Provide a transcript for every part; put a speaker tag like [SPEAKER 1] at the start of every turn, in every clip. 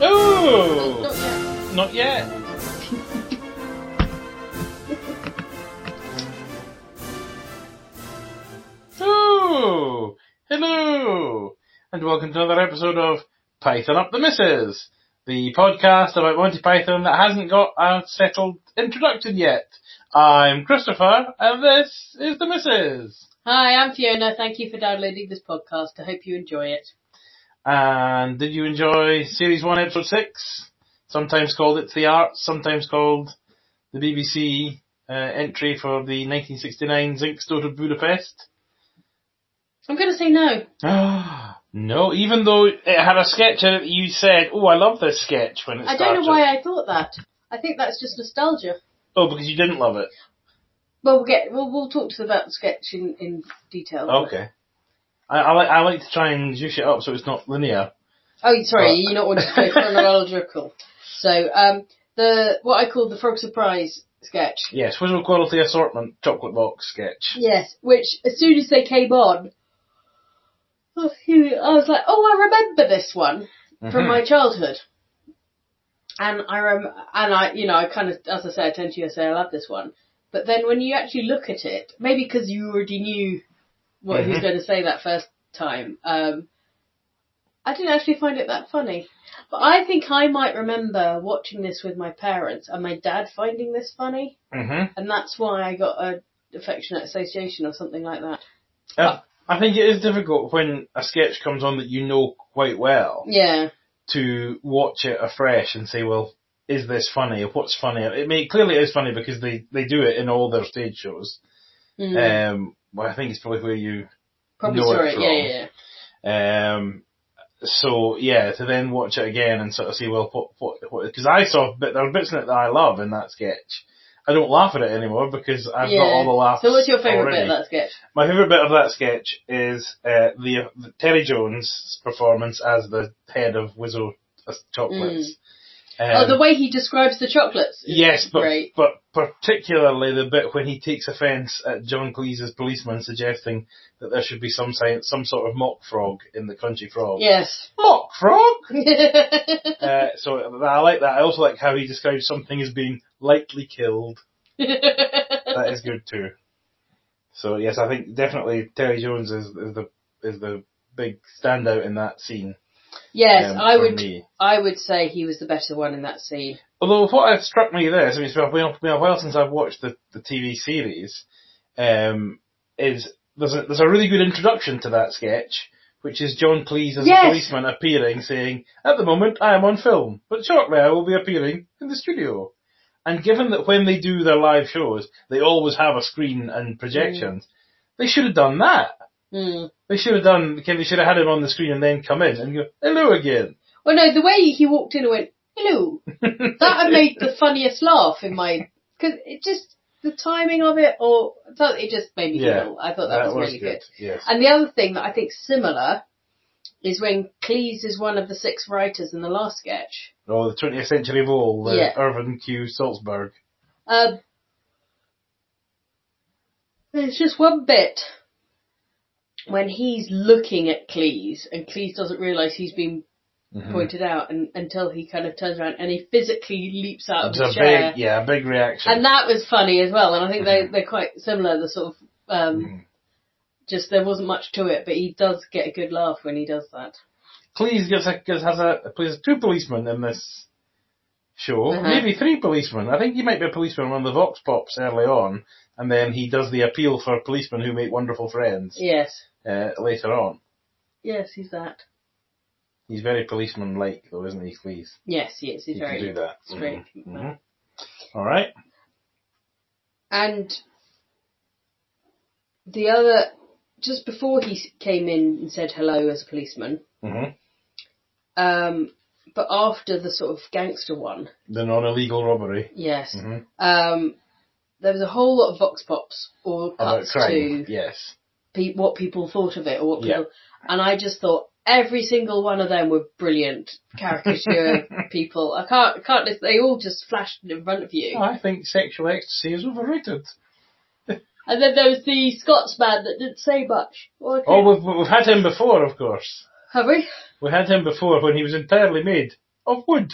[SPEAKER 1] Oh!
[SPEAKER 2] Not yet.
[SPEAKER 1] Not yet. oh, hello, and welcome to another episode of Python Up the Misses, the podcast about Monty Python that hasn't got a settled introduction yet. I'm Christopher, and this is the Misses.
[SPEAKER 2] Hi, I'm Fiona. Thank you for downloading this podcast. I hope you enjoy it.
[SPEAKER 1] And did you enjoy Series 1, Episode 6? Sometimes called It's the Arts, sometimes called the BBC uh, entry for the 1969 Zinc Store of Budapest.
[SPEAKER 2] I'm going to say no.
[SPEAKER 1] no, even though it had a sketch in it that you said, oh, I love this sketch when it
[SPEAKER 2] I
[SPEAKER 1] started.
[SPEAKER 2] don't know why I thought that. I think that's just nostalgia.
[SPEAKER 1] Oh, because you didn't love it.
[SPEAKER 2] Well, we'll get we'll, we'll talk to about the sketch in, in detail.
[SPEAKER 1] Okay. I, I, like, I like to try and juice it up so it's not linear.
[SPEAKER 2] Oh, sorry,
[SPEAKER 1] Right.
[SPEAKER 2] you're not wanting to go chronological. So, um, the what I call the frog surprise sketch.
[SPEAKER 1] Yes, visual quality assortment chocolate box sketch.
[SPEAKER 2] Yes, which as soon as they came on, oh, phew, I was like, oh, I remember this one from my childhood. And I rem- and I, you know, I kind of, as I say, I tend to say I love this one. But then when you actually look at it, maybe because you already knew what he was
[SPEAKER 1] Mhm.
[SPEAKER 2] going to say that first time, um, I didn't actually find it that funny. But I think I might remember watching this with my parents and my dad finding this funny
[SPEAKER 1] hmm
[SPEAKER 2] and that's why I got a affectionate association or something like that.
[SPEAKER 1] Uh, I think it is difficult when a sketch comes on that you know quite well
[SPEAKER 2] Yeah,
[SPEAKER 1] to watch it afresh and say, well, is this funny? What's funny? It may, clearly it is funny because they, they do it in all their stage shows.
[SPEAKER 2] Mm.
[SPEAKER 1] Um, well, I think it's probably where you,
[SPEAKER 2] probably
[SPEAKER 1] know
[SPEAKER 2] saw
[SPEAKER 1] it's
[SPEAKER 2] it. Yeah,
[SPEAKER 1] wrong.
[SPEAKER 2] yeah, yeah.
[SPEAKER 1] um, so yeah, to then watch it again and sort of say, well, what, what, what, because I saw, but there are bits in it that I love in that sketch. I don't laugh at it anymore because I've
[SPEAKER 2] Yeah.
[SPEAKER 1] got all the laughs.
[SPEAKER 2] So, what's your favourite bit
[SPEAKER 1] already.
[SPEAKER 2] of that sketch?
[SPEAKER 1] My favourite bit of that sketch is uh, the, the Terry Jones' performance as the head of Wizzo Chocolates. Um,
[SPEAKER 2] oh, the way he describes the chocolates. is
[SPEAKER 1] yes, but
[SPEAKER 2] great.
[SPEAKER 1] but particularly the bit when he takes offence at John Cleese's policeman suggesting that there should be some sci- some sort of mock frog in the country frog.
[SPEAKER 2] Yes.
[SPEAKER 1] Mock frog.
[SPEAKER 2] yeah,
[SPEAKER 1] Uh, so I like that. I also like how he describes something as being lightly killed. That is good too. So yes, I think definitely Terry Jones is, is the is the big standout in that scene.
[SPEAKER 2] yes,
[SPEAKER 1] um,
[SPEAKER 2] I
[SPEAKER 1] for
[SPEAKER 2] would.
[SPEAKER 1] me.
[SPEAKER 2] I would say he was the better one in that scene.
[SPEAKER 1] Although what has struck me there, I mean, it's been a, been a while since I've watched the, the TV series, um, is there's a, there's a really good introduction to that sketch, which is John Cleese as
[SPEAKER 2] Yes.
[SPEAKER 1] a policeman appearing, saying, "At the moment, I am on film, but shortly I will be appearing in the studio." And given that when they do their live shows, they always have a screen and projections, they should have done that.
[SPEAKER 2] Mm.
[SPEAKER 1] They should have done. They should have had him on the screen and then come in and go, "Hello again."
[SPEAKER 2] Well, no, the way he walked in and went hello, that had made the funniest laugh in my because it just the timing of it or it just made me
[SPEAKER 1] Yeah,
[SPEAKER 2] giggle. I thought that, was, really good.
[SPEAKER 1] Yes.
[SPEAKER 2] And the other thing that I think's similar is when Cleese is one of the six writers in the last sketch.
[SPEAKER 1] Oh, the 20th Century Vole, the
[SPEAKER 2] Yeah.
[SPEAKER 1] Irvin Q. Salzburg.
[SPEAKER 2] Um, there's just one bit when he's looking at Cleese and Cleese doesn't realise he's been pointed out and, until he kind of turns around and he physically leaps out of
[SPEAKER 1] It's
[SPEAKER 2] the
[SPEAKER 1] a
[SPEAKER 2] chair.
[SPEAKER 1] big, yeah, a big reaction.
[SPEAKER 2] And that was funny as well, and I think they, they're quite similar, the sort of, um, just there wasn't much to it, but he does get a good laugh when he does that.
[SPEAKER 1] Cleese gets a, gets, has a, plays two policemen in this show.
[SPEAKER 2] Uh-huh.
[SPEAKER 1] Maybe three policemen. I think he might be a policeman on one of the Vox Pops early on, and then he does the appeal for policemen who make wonderful friends
[SPEAKER 2] Yes.
[SPEAKER 1] uh, later on.
[SPEAKER 2] Yes, he's that.
[SPEAKER 1] He's very policeman-like, though, isn't he, Cleese?
[SPEAKER 2] Yes, he is. He's
[SPEAKER 1] He
[SPEAKER 2] very
[SPEAKER 1] can do that.
[SPEAKER 2] straight.
[SPEAKER 1] hmm All right.
[SPEAKER 2] And the other, just before he s- came in and said hello as a policeman,
[SPEAKER 1] hmm
[SPEAKER 2] um, but after the sort of gangster one,
[SPEAKER 1] The non-illegal robbery.
[SPEAKER 2] yes,
[SPEAKER 1] Mhm.
[SPEAKER 2] um, there was a whole lot of vox pops or
[SPEAKER 1] About
[SPEAKER 2] cuts
[SPEAKER 1] crime.
[SPEAKER 2] to
[SPEAKER 1] Yes.
[SPEAKER 2] pe- what people thought of it or what
[SPEAKER 1] Yeah.
[SPEAKER 2] people, and I just thought every single one of them were brilliant caricature people. I can't, can't, list- they all just flashed in front of you.
[SPEAKER 1] I think sexual ecstasy is overrated.
[SPEAKER 2] And then there was the Scotsman that didn't say much. Well, okay.
[SPEAKER 1] Oh, we've, we've had him before, of course.
[SPEAKER 2] Have we?
[SPEAKER 1] We had him before when he was entirely made of wood.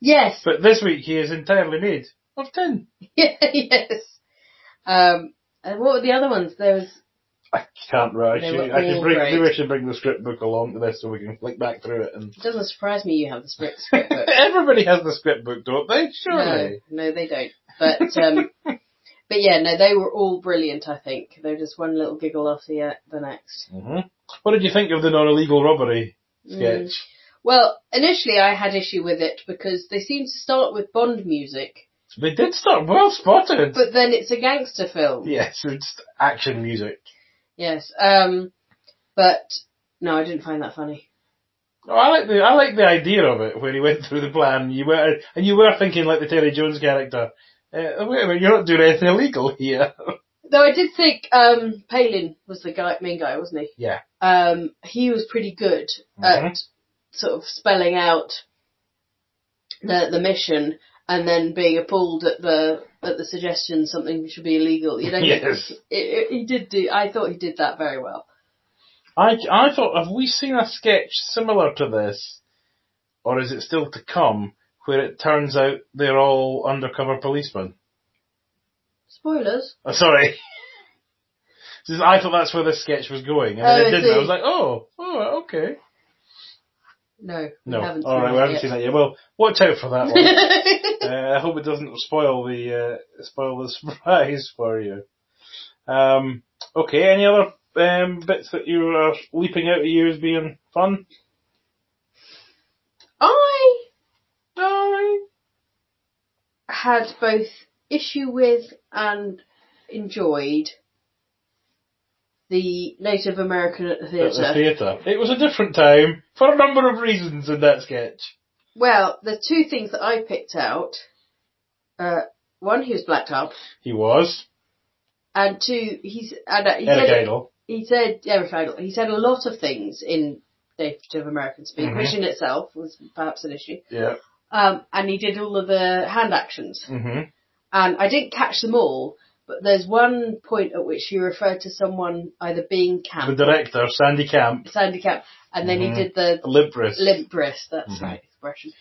[SPEAKER 2] Yes.
[SPEAKER 1] But this week he is entirely made of tin.
[SPEAKER 2] yes. Um, and what were the other ones? There was,
[SPEAKER 1] I can't write.
[SPEAKER 2] They were
[SPEAKER 1] I can
[SPEAKER 2] all
[SPEAKER 1] bring,
[SPEAKER 2] great.
[SPEAKER 1] maybe I should bring the script book along to this so we can flick back through it and.
[SPEAKER 2] it doesn't surprise me you have the script, script book.
[SPEAKER 1] Everybody has the script book, don't they?
[SPEAKER 2] No,
[SPEAKER 1] Surely.
[SPEAKER 2] no, they don't. But um, but yeah, no, they were all brilliant. I think they're just one little giggle off the uh, the next.
[SPEAKER 1] hmm What did you think of the non-illegal robbery
[SPEAKER 2] Mm.
[SPEAKER 1] sketch?
[SPEAKER 2] Well, initially I had issue with it because they seem to start with Bond music,
[SPEAKER 1] They did start well spotted.
[SPEAKER 2] but then it's a gangster film.
[SPEAKER 1] yes, it's action music.
[SPEAKER 2] Yes. Um, but no, I didn't find that funny.
[SPEAKER 1] Oh, I like the I like the idea of it when he went through the plan. You were and you were thinking like the Terry Jones character. Uh, wait a minute, you're not doing anything illegal here.
[SPEAKER 2] Though I did think um, Palin was the guy, main guy, wasn't he?
[SPEAKER 1] Yeah.
[SPEAKER 2] Um, he was pretty good at
[SPEAKER 1] Mhm.
[SPEAKER 2] sort of spelling out the the mission and then being appalled at the at the suggestion something should be illegal. You know,
[SPEAKER 1] Yes.
[SPEAKER 2] it, it, he did do. I thought he did that very well.
[SPEAKER 1] I, I thought, have we seen a sketch similar to this, or is it still to come, where it turns out they're all undercover policemen?
[SPEAKER 2] Spoilers.
[SPEAKER 1] Oh, sorry. This is- I thought that's where this sketch was going, and
[SPEAKER 2] Oh,
[SPEAKER 1] then
[SPEAKER 2] I
[SPEAKER 1] it didn't. I
[SPEAKER 2] see.
[SPEAKER 1] was like, oh, oh, okay.
[SPEAKER 2] No,
[SPEAKER 1] No,
[SPEAKER 2] we haven't
[SPEAKER 1] all right, we haven't seen that yet. Well, watch out for that one.
[SPEAKER 2] that.
[SPEAKER 1] uh, I hope it doesn't spoil the uh, spoil the surprise for you. Um, okay, any other um, bits that you are leaping out at you as being fun?
[SPEAKER 2] I
[SPEAKER 1] No.
[SPEAKER 2] had both issue with and enjoyed the Native American at the
[SPEAKER 1] at the
[SPEAKER 2] theatre.
[SPEAKER 1] theatre. It was a different time for a number of reasons in that sketch.
[SPEAKER 2] Well, the two things that I picked out, uh, one he was blacked up,
[SPEAKER 1] He was
[SPEAKER 2] and two he's and uh, he
[SPEAKER 1] Eric
[SPEAKER 2] said
[SPEAKER 1] Idle.
[SPEAKER 2] he said Eric Idle. He said a lot of things in Native American speak,
[SPEAKER 1] Mm-hmm.
[SPEAKER 2] which in itself was perhaps an issue.
[SPEAKER 1] Yeah.
[SPEAKER 2] Um, and he did all of the hand actions.
[SPEAKER 1] hmm
[SPEAKER 2] and I didn't catch them all, but there's one point at which he referred to someone either
[SPEAKER 1] The
[SPEAKER 2] being camp,
[SPEAKER 1] director Sandy Camp,
[SPEAKER 2] Sandy Camp, and then
[SPEAKER 1] Mhm.
[SPEAKER 2] he did the
[SPEAKER 1] limp wrist.
[SPEAKER 2] limp wrist, that's
[SPEAKER 1] Mhm.
[SPEAKER 2] right, expression.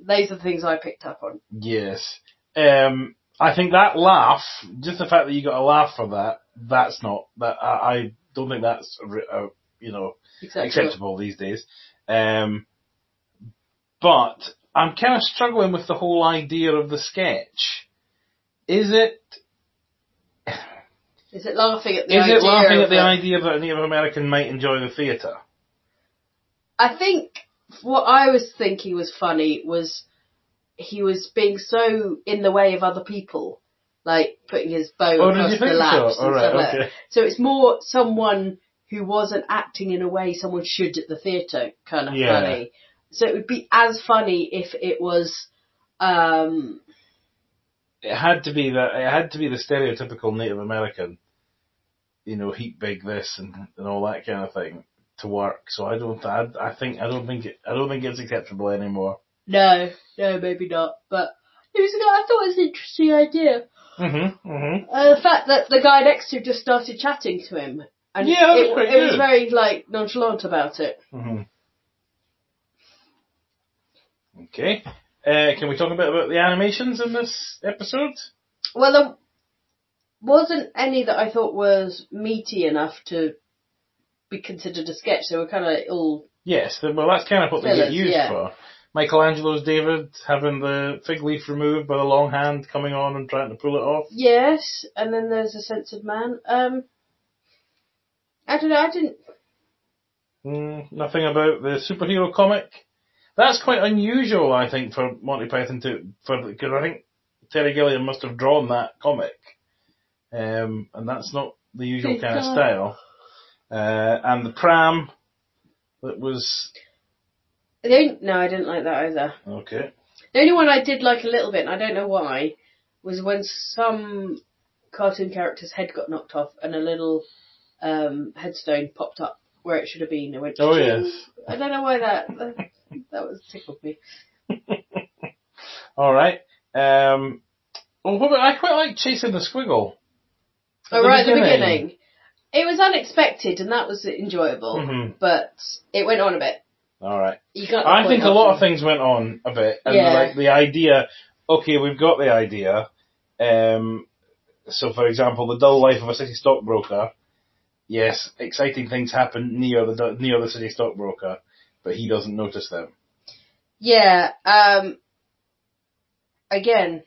[SPEAKER 2] Those are the things I picked up on.
[SPEAKER 1] Yes. Um, I think that laugh, just the fact that you got a laugh for that, that's not that. I, I don't think that's a, re- a, you know
[SPEAKER 2] Exactly.
[SPEAKER 1] acceptable these days. Um, but I'm kind of struggling with the whole idea of the sketch. Is it
[SPEAKER 2] Is it laughing at the
[SPEAKER 1] Is
[SPEAKER 2] idea?
[SPEAKER 1] it laughing
[SPEAKER 2] of uh,
[SPEAKER 1] at the
[SPEAKER 2] it?
[SPEAKER 1] idea that a Native American might enjoy the theatre?
[SPEAKER 2] I think what I was thinking was funny was he was being so in the way of other people, like putting his bow
[SPEAKER 1] Oh, did
[SPEAKER 2] across
[SPEAKER 1] you
[SPEAKER 2] the
[SPEAKER 1] think
[SPEAKER 2] laps
[SPEAKER 1] so?
[SPEAKER 2] and
[SPEAKER 1] Alright,
[SPEAKER 2] stuff like that.
[SPEAKER 1] okay.
[SPEAKER 2] So it's more someone who wasn't acting in a way someone should at the theatre kind of
[SPEAKER 1] Yeah.
[SPEAKER 2] funny. So it would be as funny if it was, um,
[SPEAKER 1] It had to be that. It had to be the stereotypical Native American, you know, heat big this and, and all that kind of thing to work. So I don't. I, I think. I don't think. It, I don't think it's acceptable anymore.
[SPEAKER 2] no, no, maybe not, but it was, I thought it was an interesting idea.
[SPEAKER 1] Mm-hmm. Mm-hmm.
[SPEAKER 2] Uh, the fact that the guy next to him just started chatting to him. And
[SPEAKER 1] Yeah, that was
[SPEAKER 2] it,
[SPEAKER 1] pretty
[SPEAKER 2] it was
[SPEAKER 1] good.
[SPEAKER 2] very like nonchalant about it.
[SPEAKER 1] Mm-hmm. Okay. Uh, can we talk a bit about the animations in this episode?
[SPEAKER 2] Well, there wasn't any that I thought was meaty enough to be considered a sketch. They were kind of all
[SPEAKER 1] Yes, th- well, that's kind of what they get
[SPEAKER 2] Fillers,
[SPEAKER 1] used
[SPEAKER 2] yeah.
[SPEAKER 1] for. Michelangelo's David having the fig leaf removed by the long hand coming on and trying to pull it off.
[SPEAKER 2] yes, and then there's a censored man. Um, I don't know. I didn't.
[SPEAKER 1] Mm, nothing about the superhero comic. That's quite unusual, I think, for Monty Python to for because I think Terry Gilliam must have drawn that comic, um, and that's not the usual
[SPEAKER 2] Good
[SPEAKER 1] kind of
[SPEAKER 2] God.
[SPEAKER 1] style. Uh, and the pram that was
[SPEAKER 2] The only, no, I didn't like that either.
[SPEAKER 1] okay.
[SPEAKER 2] The only one I did like a little bit, and I don't know why, was when some cartoon character's head got knocked off and a little um, headstone popped up where it should have been. It went,
[SPEAKER 1] Oh,
[SPEAKER 2] "Ching."
[SPEAKER 1] yes.
[SPEAKER 2] I don't know why that that, that was tickled me.
[SPEAKER 1] All right. Um, well, what about, I quite like chasing the squiggle.
[SPEAKER 2] Oh, right at the beginning. It was unexpected and that was enjoyable,
[SPEAKER 1] Mhm.
[SPEAKER 2] but it went on a bit.
[SPEAKER 1] All right.
[SPEAKER 2] You got.
[SPEAKER 1] I think a lot of things went on a bit, and
[SPEAKER 2] Yeah.
[SPEAKER 1] like the idea. Okay, we've got the idea. Um, so, for example, the dull life of a city stockbroker. Yes, exciting things happen near the near the city stockbroker, but he doesn't notice them.
[SPEAKER 2] Yeah. Um. Again,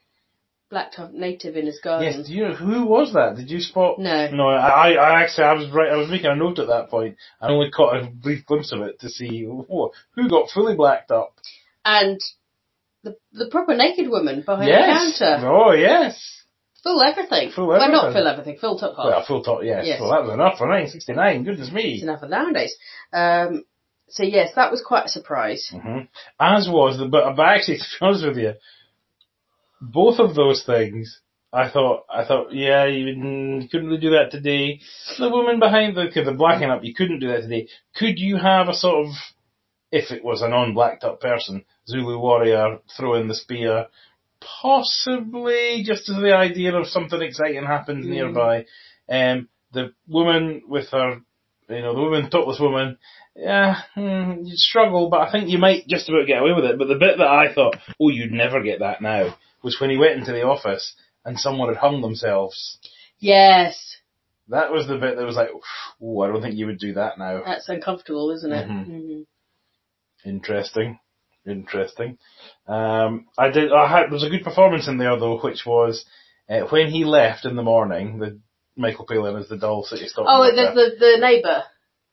[SPEAKER 2] black top native in his garden.
[SPEAKER 1] Yes, do you, who was that? Did you spot?
[SPEAKER 2] Um, No.
[SPEAKER 1] No, I, I actually, I was right. I was making a note at that point. I only caught a brief glimpse of it to see whoa, who got fully blacked up.
[SPEAKER 2] And the the proper naked woman behind
[SPEAKER 1] yes.
[SPEAKER 2] the counter.
[SPEAKER 1] Oh, yes.
[SPEAKER 2] Full everything.
[SPEAKER 1] Full
[SPEAKER 2] Well, not
[SPEAKER 1] everything.
[SPEAKER 2] full everything. Full top half.
[SPEAKER 1] Well, full top. Yes.
[SPEAKER 2] Yes.
[SPEAKER 1] Well, that was enough for 1969. Goodness me.
[SPEAKER 2] It's enough of nowadays. Um. So yes, that was quite a surprise.
[SPEAKER 1] hmm As was the, but, but actually, to be honest with you, both of those things, I thought, I thought, yeah, you mm, couldn't really do that today. The woman behind the, cause the blacking up, you couldn't do that today. Could you have a sort of, if it was a non-blacked up person, Zulu warrior throwing the spear, possibly just as the idea of something exciting happens nearby. Um, the woman with her, you know, the woman, topless woman, yeah, mm, you'd struggle, but I think you might just about get away with it. But the bit that I thought, oh, you'd never get that now, was when he went into the office and someone had hung themselves.
[SPEAKER 2] Yes.
[SPEAKER 1] That was the bit that was like, oh, I don't think you would do that now.
[SPEAKER 2] That's uncomfortable, isn't it?
[SPEAKER 1] Mhm.
[SPEAKER 2] Mhm.
[SPEAKER 1] Interesting. Interesting. Um, I did, I had, there was a good performance in there though, which was, uh, when he left in the morning, the, Michael Palin is the dull city stop.
[SPEAKER 2] Oh, there's the the neighbour.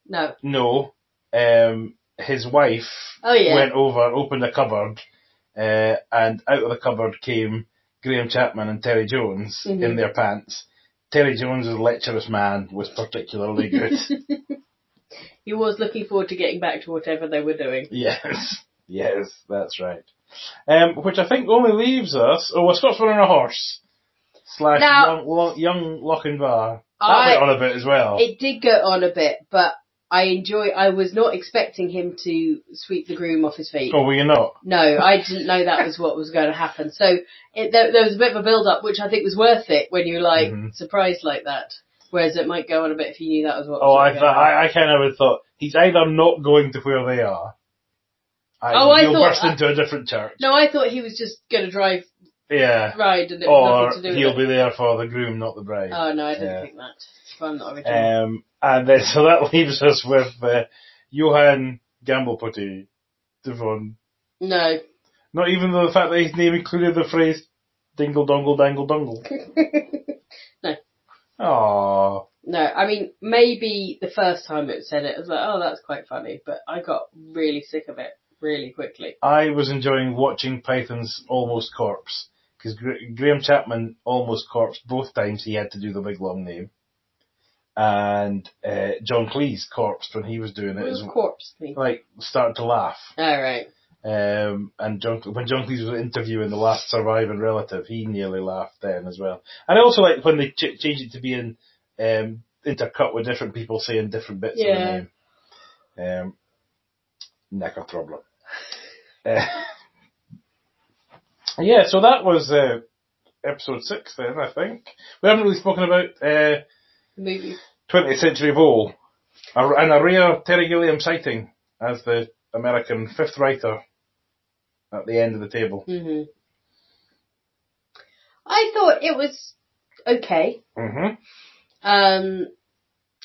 [SPEAKER 2] No.
[SPEAKER 1] No. Um, his wife
[SPEAKER 2] Oh, yeah.
[SPEAKER 1] went over, opened a cupboard, uh, and out of the cupboard came Graham Chapman and Terry Jones
[SPEAKER 2] Mhm.
[SPEAKER 1] in their pants. Terry Jones' lecherous man was particularly good.
[SPEAKER 2] He was looking forward to getting back to whatever they were doing.
[SPEAKER 1] yes, yes, that's right. Um, which I think only leaves us. Oh, a Scotsman on a horse. Slash
[SPEAKER 2] Now-
[SPEAKER 1] young, lo, young Loch and Bar. That
[SPEAKER 2] I-
[SPEAKER 1] went on a bit as well.
[SPEAKER 2] It did go on a bit, but I enjoy. I was not expecting him to sweep the groom off his feet.
[SPEAKER 1] oh, were you not?
[SPEAKER 2] No, I didn't know that was what was going to happen. So it, there, there was a bit of a build-up, which I think was worth it when you're like
[SPEAKER 1] Mhm.
[SPEAKER 2] surprised like that. Whereas it might go on a bit if you knew that was what.
[SPEAKER 1] Oh,
[SPEAKER 2] was
[SPEAKER 1] I,
[SPEAKER 2] going
[SPEAKER 1] th- I, I kind of thought he's either not going to where they are. I,
[SPEAKER 2] Oh, I
[SPEAKER 1] he'll
[SPEAKER 2] thought-
[SPEAKER 1] burst into a different church.
[SPEAKER 2] No, I thought he was just going to drive
[SPEAKER 1] Yeah.
[SPEAKER 2] ride and it
[SPEAKER 1] Or
[SPEAKER 2] was nothing to do
[SPEAKER 1] he'll
[SPEAKER 2] with it.
[SPEAKER 1] be there for the groom, not the bride.
[SPEAKER 2] Oh no, I didn't
[SPEAKER 1] Yeah.
[SPEAKER 2] think that. Well, I'm not original.
[SPEAKER 1] Um, and then so that leaves us with uh, Johan Gambleputty Devon.
[SPEAKER 2] no,
[SPEAKER 1] Not even though the fact that his name included the phrase "dingle dongle dangle dongle."
[SPEAKER 2] No.
[SPEAKER 1] Aww.
[SPEAKER 2] No, I mean maybe the first time it said it, I was like, oh, that's quite funny, but I got really sick of it really quickly.
[SPEAKER 1] I was enjoying watching Python's Almost Corpse because Graham Chapman Almost Corpse both times he had to do the big long name, and uh, John Cleese corpsed when he was doing it
[SPEAKER 2] It
[SPEAKER 1] as
[SPEAKER 2] was
[SPEAKER 1] well.
[SPEAKER 2] corpse me.
[SPEAKER 1] Like start to laugh,
[SPEAKER 2] All right.
[SPEAKER 1] um, and John when John Cleese was interviewing the last surviving relative, he nearly laughed then as well. And I also like when they ch- changed it to being um, intercut with different people saying different bits
[SPEAKER 2] Yeah.
[SPEAKER 1] of the name. Um, Necothroblin. Uh, yeah, so that was uh, episode six then, I think. We haven't really spoken about uh,
[SPEAKER 2] The movie.
[SPEAKER 1] 20th Century Vole, a, and a rare Terry Gilliam sighting as the American fifth writer at the end of the table.
[SPEAKER 2] hmm I thought it was okay.
[SPEAKER 1] hmm
[SPEAKER 2] Um,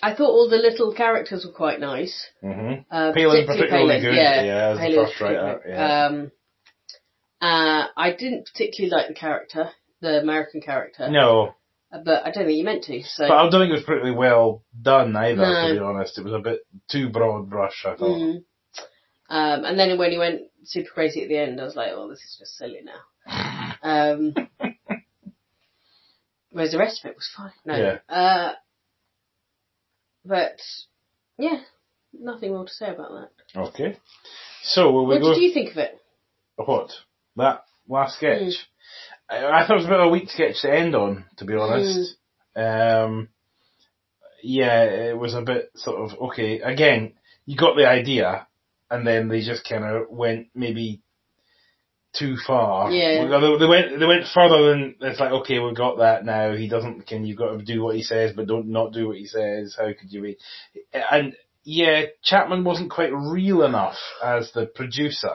[SPEAKER 2] I thought all the little characters were quite nice.
[SPEAKER 1] hmm
[SPEAKER 2] Uh,
[SPEAKER 1] Palin particularly good,
[SPEAKER 2] Yeah,
[SPEAKER 1] yeah, as the
[SPEAKER 2] Palin was
[SPEAKER 1] first writer,
[SPEAKER 2] particularly-
[SPEAKER 1] yeah.
[SPEAKER 2] Um, uh, I didn't particularly like the character, the American character, Uh,
[SPEAKER 1] No,
[SPEAKER 2] but I don't think you meant to. So
[SPEAKER 1] but I don't think it was particularly well done either,
[SPEAKER 2] No.
[SPEAKER 1] to be honest. It was a bit too broad brush, I thought.
[SPEAKER 2] Mm. Um, and then when he went super crazy at the end, I was like, well, this is just silly now. Um, whereas the rest of it was fine. No.
[SPEAKER 1] Yeah.
[SPEAKER 2] Uh, but, yeah, nothing more to say about that.
[SPEAKER 1] Okay. So, will we
[SPEAKER 2] what
[SPEAKER 1] go
[SPEAKER 2] did you think of it?
[SPEAKER 1] What? That last sketch? I, I thought it was a bit of a weak sketch to end on, to be honest. Um, yeah, it was a bit sort of okay. Again, you got the idea, and then they just kind of went maybe too far.
[SPEAKER 2] Yeah.
[SPEAKER 1] Well, They they went they went further than it's like okay, we've got that now. He doesn't. Can you've got to do what he says, but don't not do what he says. How could you be? And yeah, Chapman wasn't quite real enough as the producer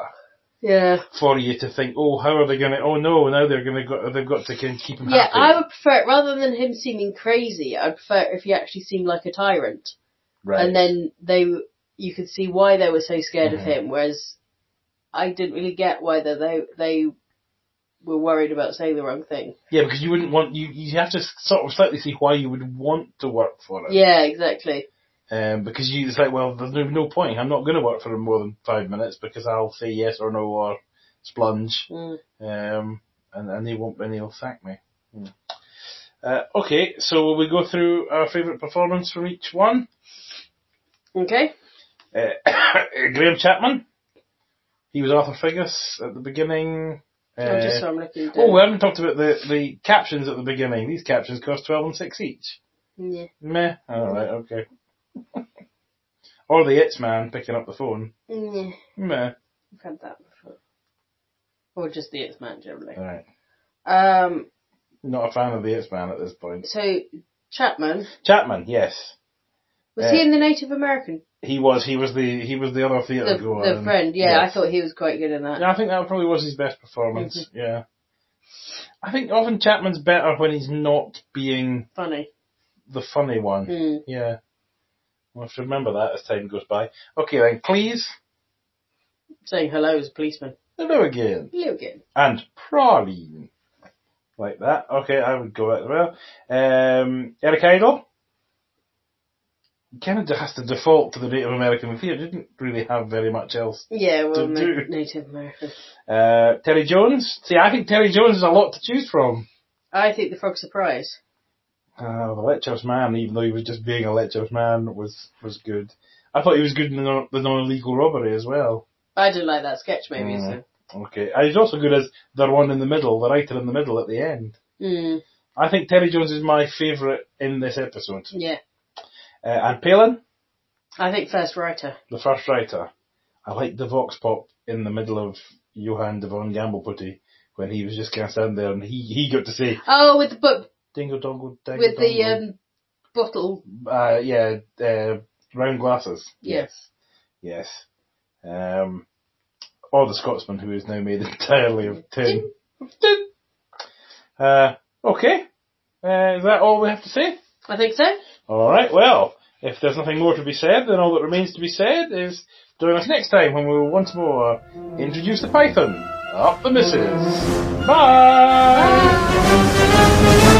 [SPEAKER 2] Yeah.
[SPEAKER 1] for you to think, oh, how are they going to? Oh no, now they're going to go. They've got to kind of keep him
[SPEAKER 2] Yeah,
[SPEAKER 1] happy.
[SPEAKER 2] I would prefer it rather than him seeming crazy. I'd prefer it if he actually seemed like a tyrant,
[SPEAKER 1] right.
[SPEAKER 2] and then they you could see why they were so scared
[SPEAKER 1] Mhm.
[SPEAKER 2] of him. Whereas I didn't really get why they they they were worried about saying the wrong thing.
[SPEAKER 1] yeah, because you wouldn't want you. You have to sort of slightly see why you would want to work for him.
[SPEAKER 2] Yeah, exactly.
[SPEAKER 1] Um, because you, it's like, well, there's no, no point. I'm not going to work for him more than five minutes because I'll say yes or no or splunge.
[SPEAKER 2] Mm.
[SPEAKER 1] Um, and, and he won't, and he'll sack me. Hmm. Uh, okay, so will we go through our favourite performance from each one?
[SPEAKER 2] Okay.
[SPEAKER 1] Uh, Graham Chapman. He was Arthur Figgis at the beginning.
[SPEAKER 2] I'm
[SPEAKER 1] Uh,
[SPEAKER 2] just so I'm looking. Down.
[SPEAKER 1] oh, we haven't talked about the, the captions at the beginning. These captions cost 12 and 6 each.
[SPEAKER 2] yeah.
[SPEAKER 1] Meh. Alright, okay. or the It's Man picking up the phone.
[SPEAKER 2] yeah.
[SPEAKER 1] Meh.
[SPEAKER 2] I've had that before. Or just the It's Man generally.
[SPEAKER 1] Alright. Uh.
[SPEAKER 2] Um.
[SPEAKER 1] Not a fan of the It's Man at this point.
[SPEAKER 2] So Chapman
[SPEAKER 1] Chapman, yes.
[SPEAKER 2] was
[SPEAKER 1] Yeah.
[SPEAKER 2] he in the Native American?
[SPEAKER 1] He was, he was the, he was the other
[SPEAKER 2] The,
[SPEAKER 1] theatre goer.
[SPEAKER 2] the
[SPEAKER 1] and-
[SPEAKER 2] friend. Yeah,
[SPEAKER 1] yes.
[SPEAKER 2] I thought Mm-hmm. he was quite good in that.
[SPEAKER 1] Yeah, I think that probably was his best performance. Yeah, I think often Chapman's better when he's not being
[SPEAKER 2] Funny.
[SPEAKER 1] the funny one.
[SPEAKER 2] Hmm.
[SPEAKER 1] Yeah, we'll have to remember that as time goes by. Okay, then, please.
[SPEAKER 2] Saying hello as a policeman.
[SPEAKER 1] Hello again,
[SPEAKER 2] Hello again.
[SPEAKER 1] and Praline, like that. Okay, I would go that as well. Um, Eric Idle. Canada has to default to the Native American theatre. Didn't really have very much else.
[SPEAKER 2] Yeah, well,
[SPEAKER 1] To
[SPEAKER 2] na-
[SPEAKER 1] do.
[SPEAKER 2] Native American.
[SPEAKER 1] Uh, Terry Jones. See, I think Terry Jones is a lot to choose from.
[SPEAKER 2] I think the Frog Surprise.
[SPEAKER 1] Uh, the lecherous man, even though he was just being a lecherous man, was was good. I thought he was good in the, non- the non-illegal robbery as well.
[SPEAKER 2] I didn't like that sketch maybe,
[SPEAKER 1] Mm.
[SPEAKER 2] so.
[SPEAKER 1] Okay, and he's also good as the one in the middle, the writer in the middle at the end.
[SPEAKER 2] Mm,
[SPEAKER 1] I think Terry Jones is my favourite in this episode.
[SPEAKER 2] yeah.
[SPEAKER 1] Uh, and Palin,
[SPEAKER 2] I think first writer.
[SPEAKER 1] the first writer. I liked the vox pop in the middle of Johann Devon Gambleputty when he was just kind of standing there and he, he got to say
[SPEAKER 2] Oh, with the book,
[SPEAKER 1] dingle dongle dingle
[SPEAKER 2] with the
[SPEAKER 1] dongle.
[SPEAKER 2] um, bottle.
[SPEAKER 1] uh, yeah uh, round glasses
[SPEAKER 2] Yes.
[SPEAKER 1] Yes. Um, or the Scotsman, who is now made entirely of tin. tin. Uh, okay. Uh, is that all we have to say?
[SPEAKER 2] I think so.
[SPEAKER 1] All right. Well, if there's nothing more to be said, then all that remains to be said is join us next time when we will once more introduce the Python up the missus. Bye.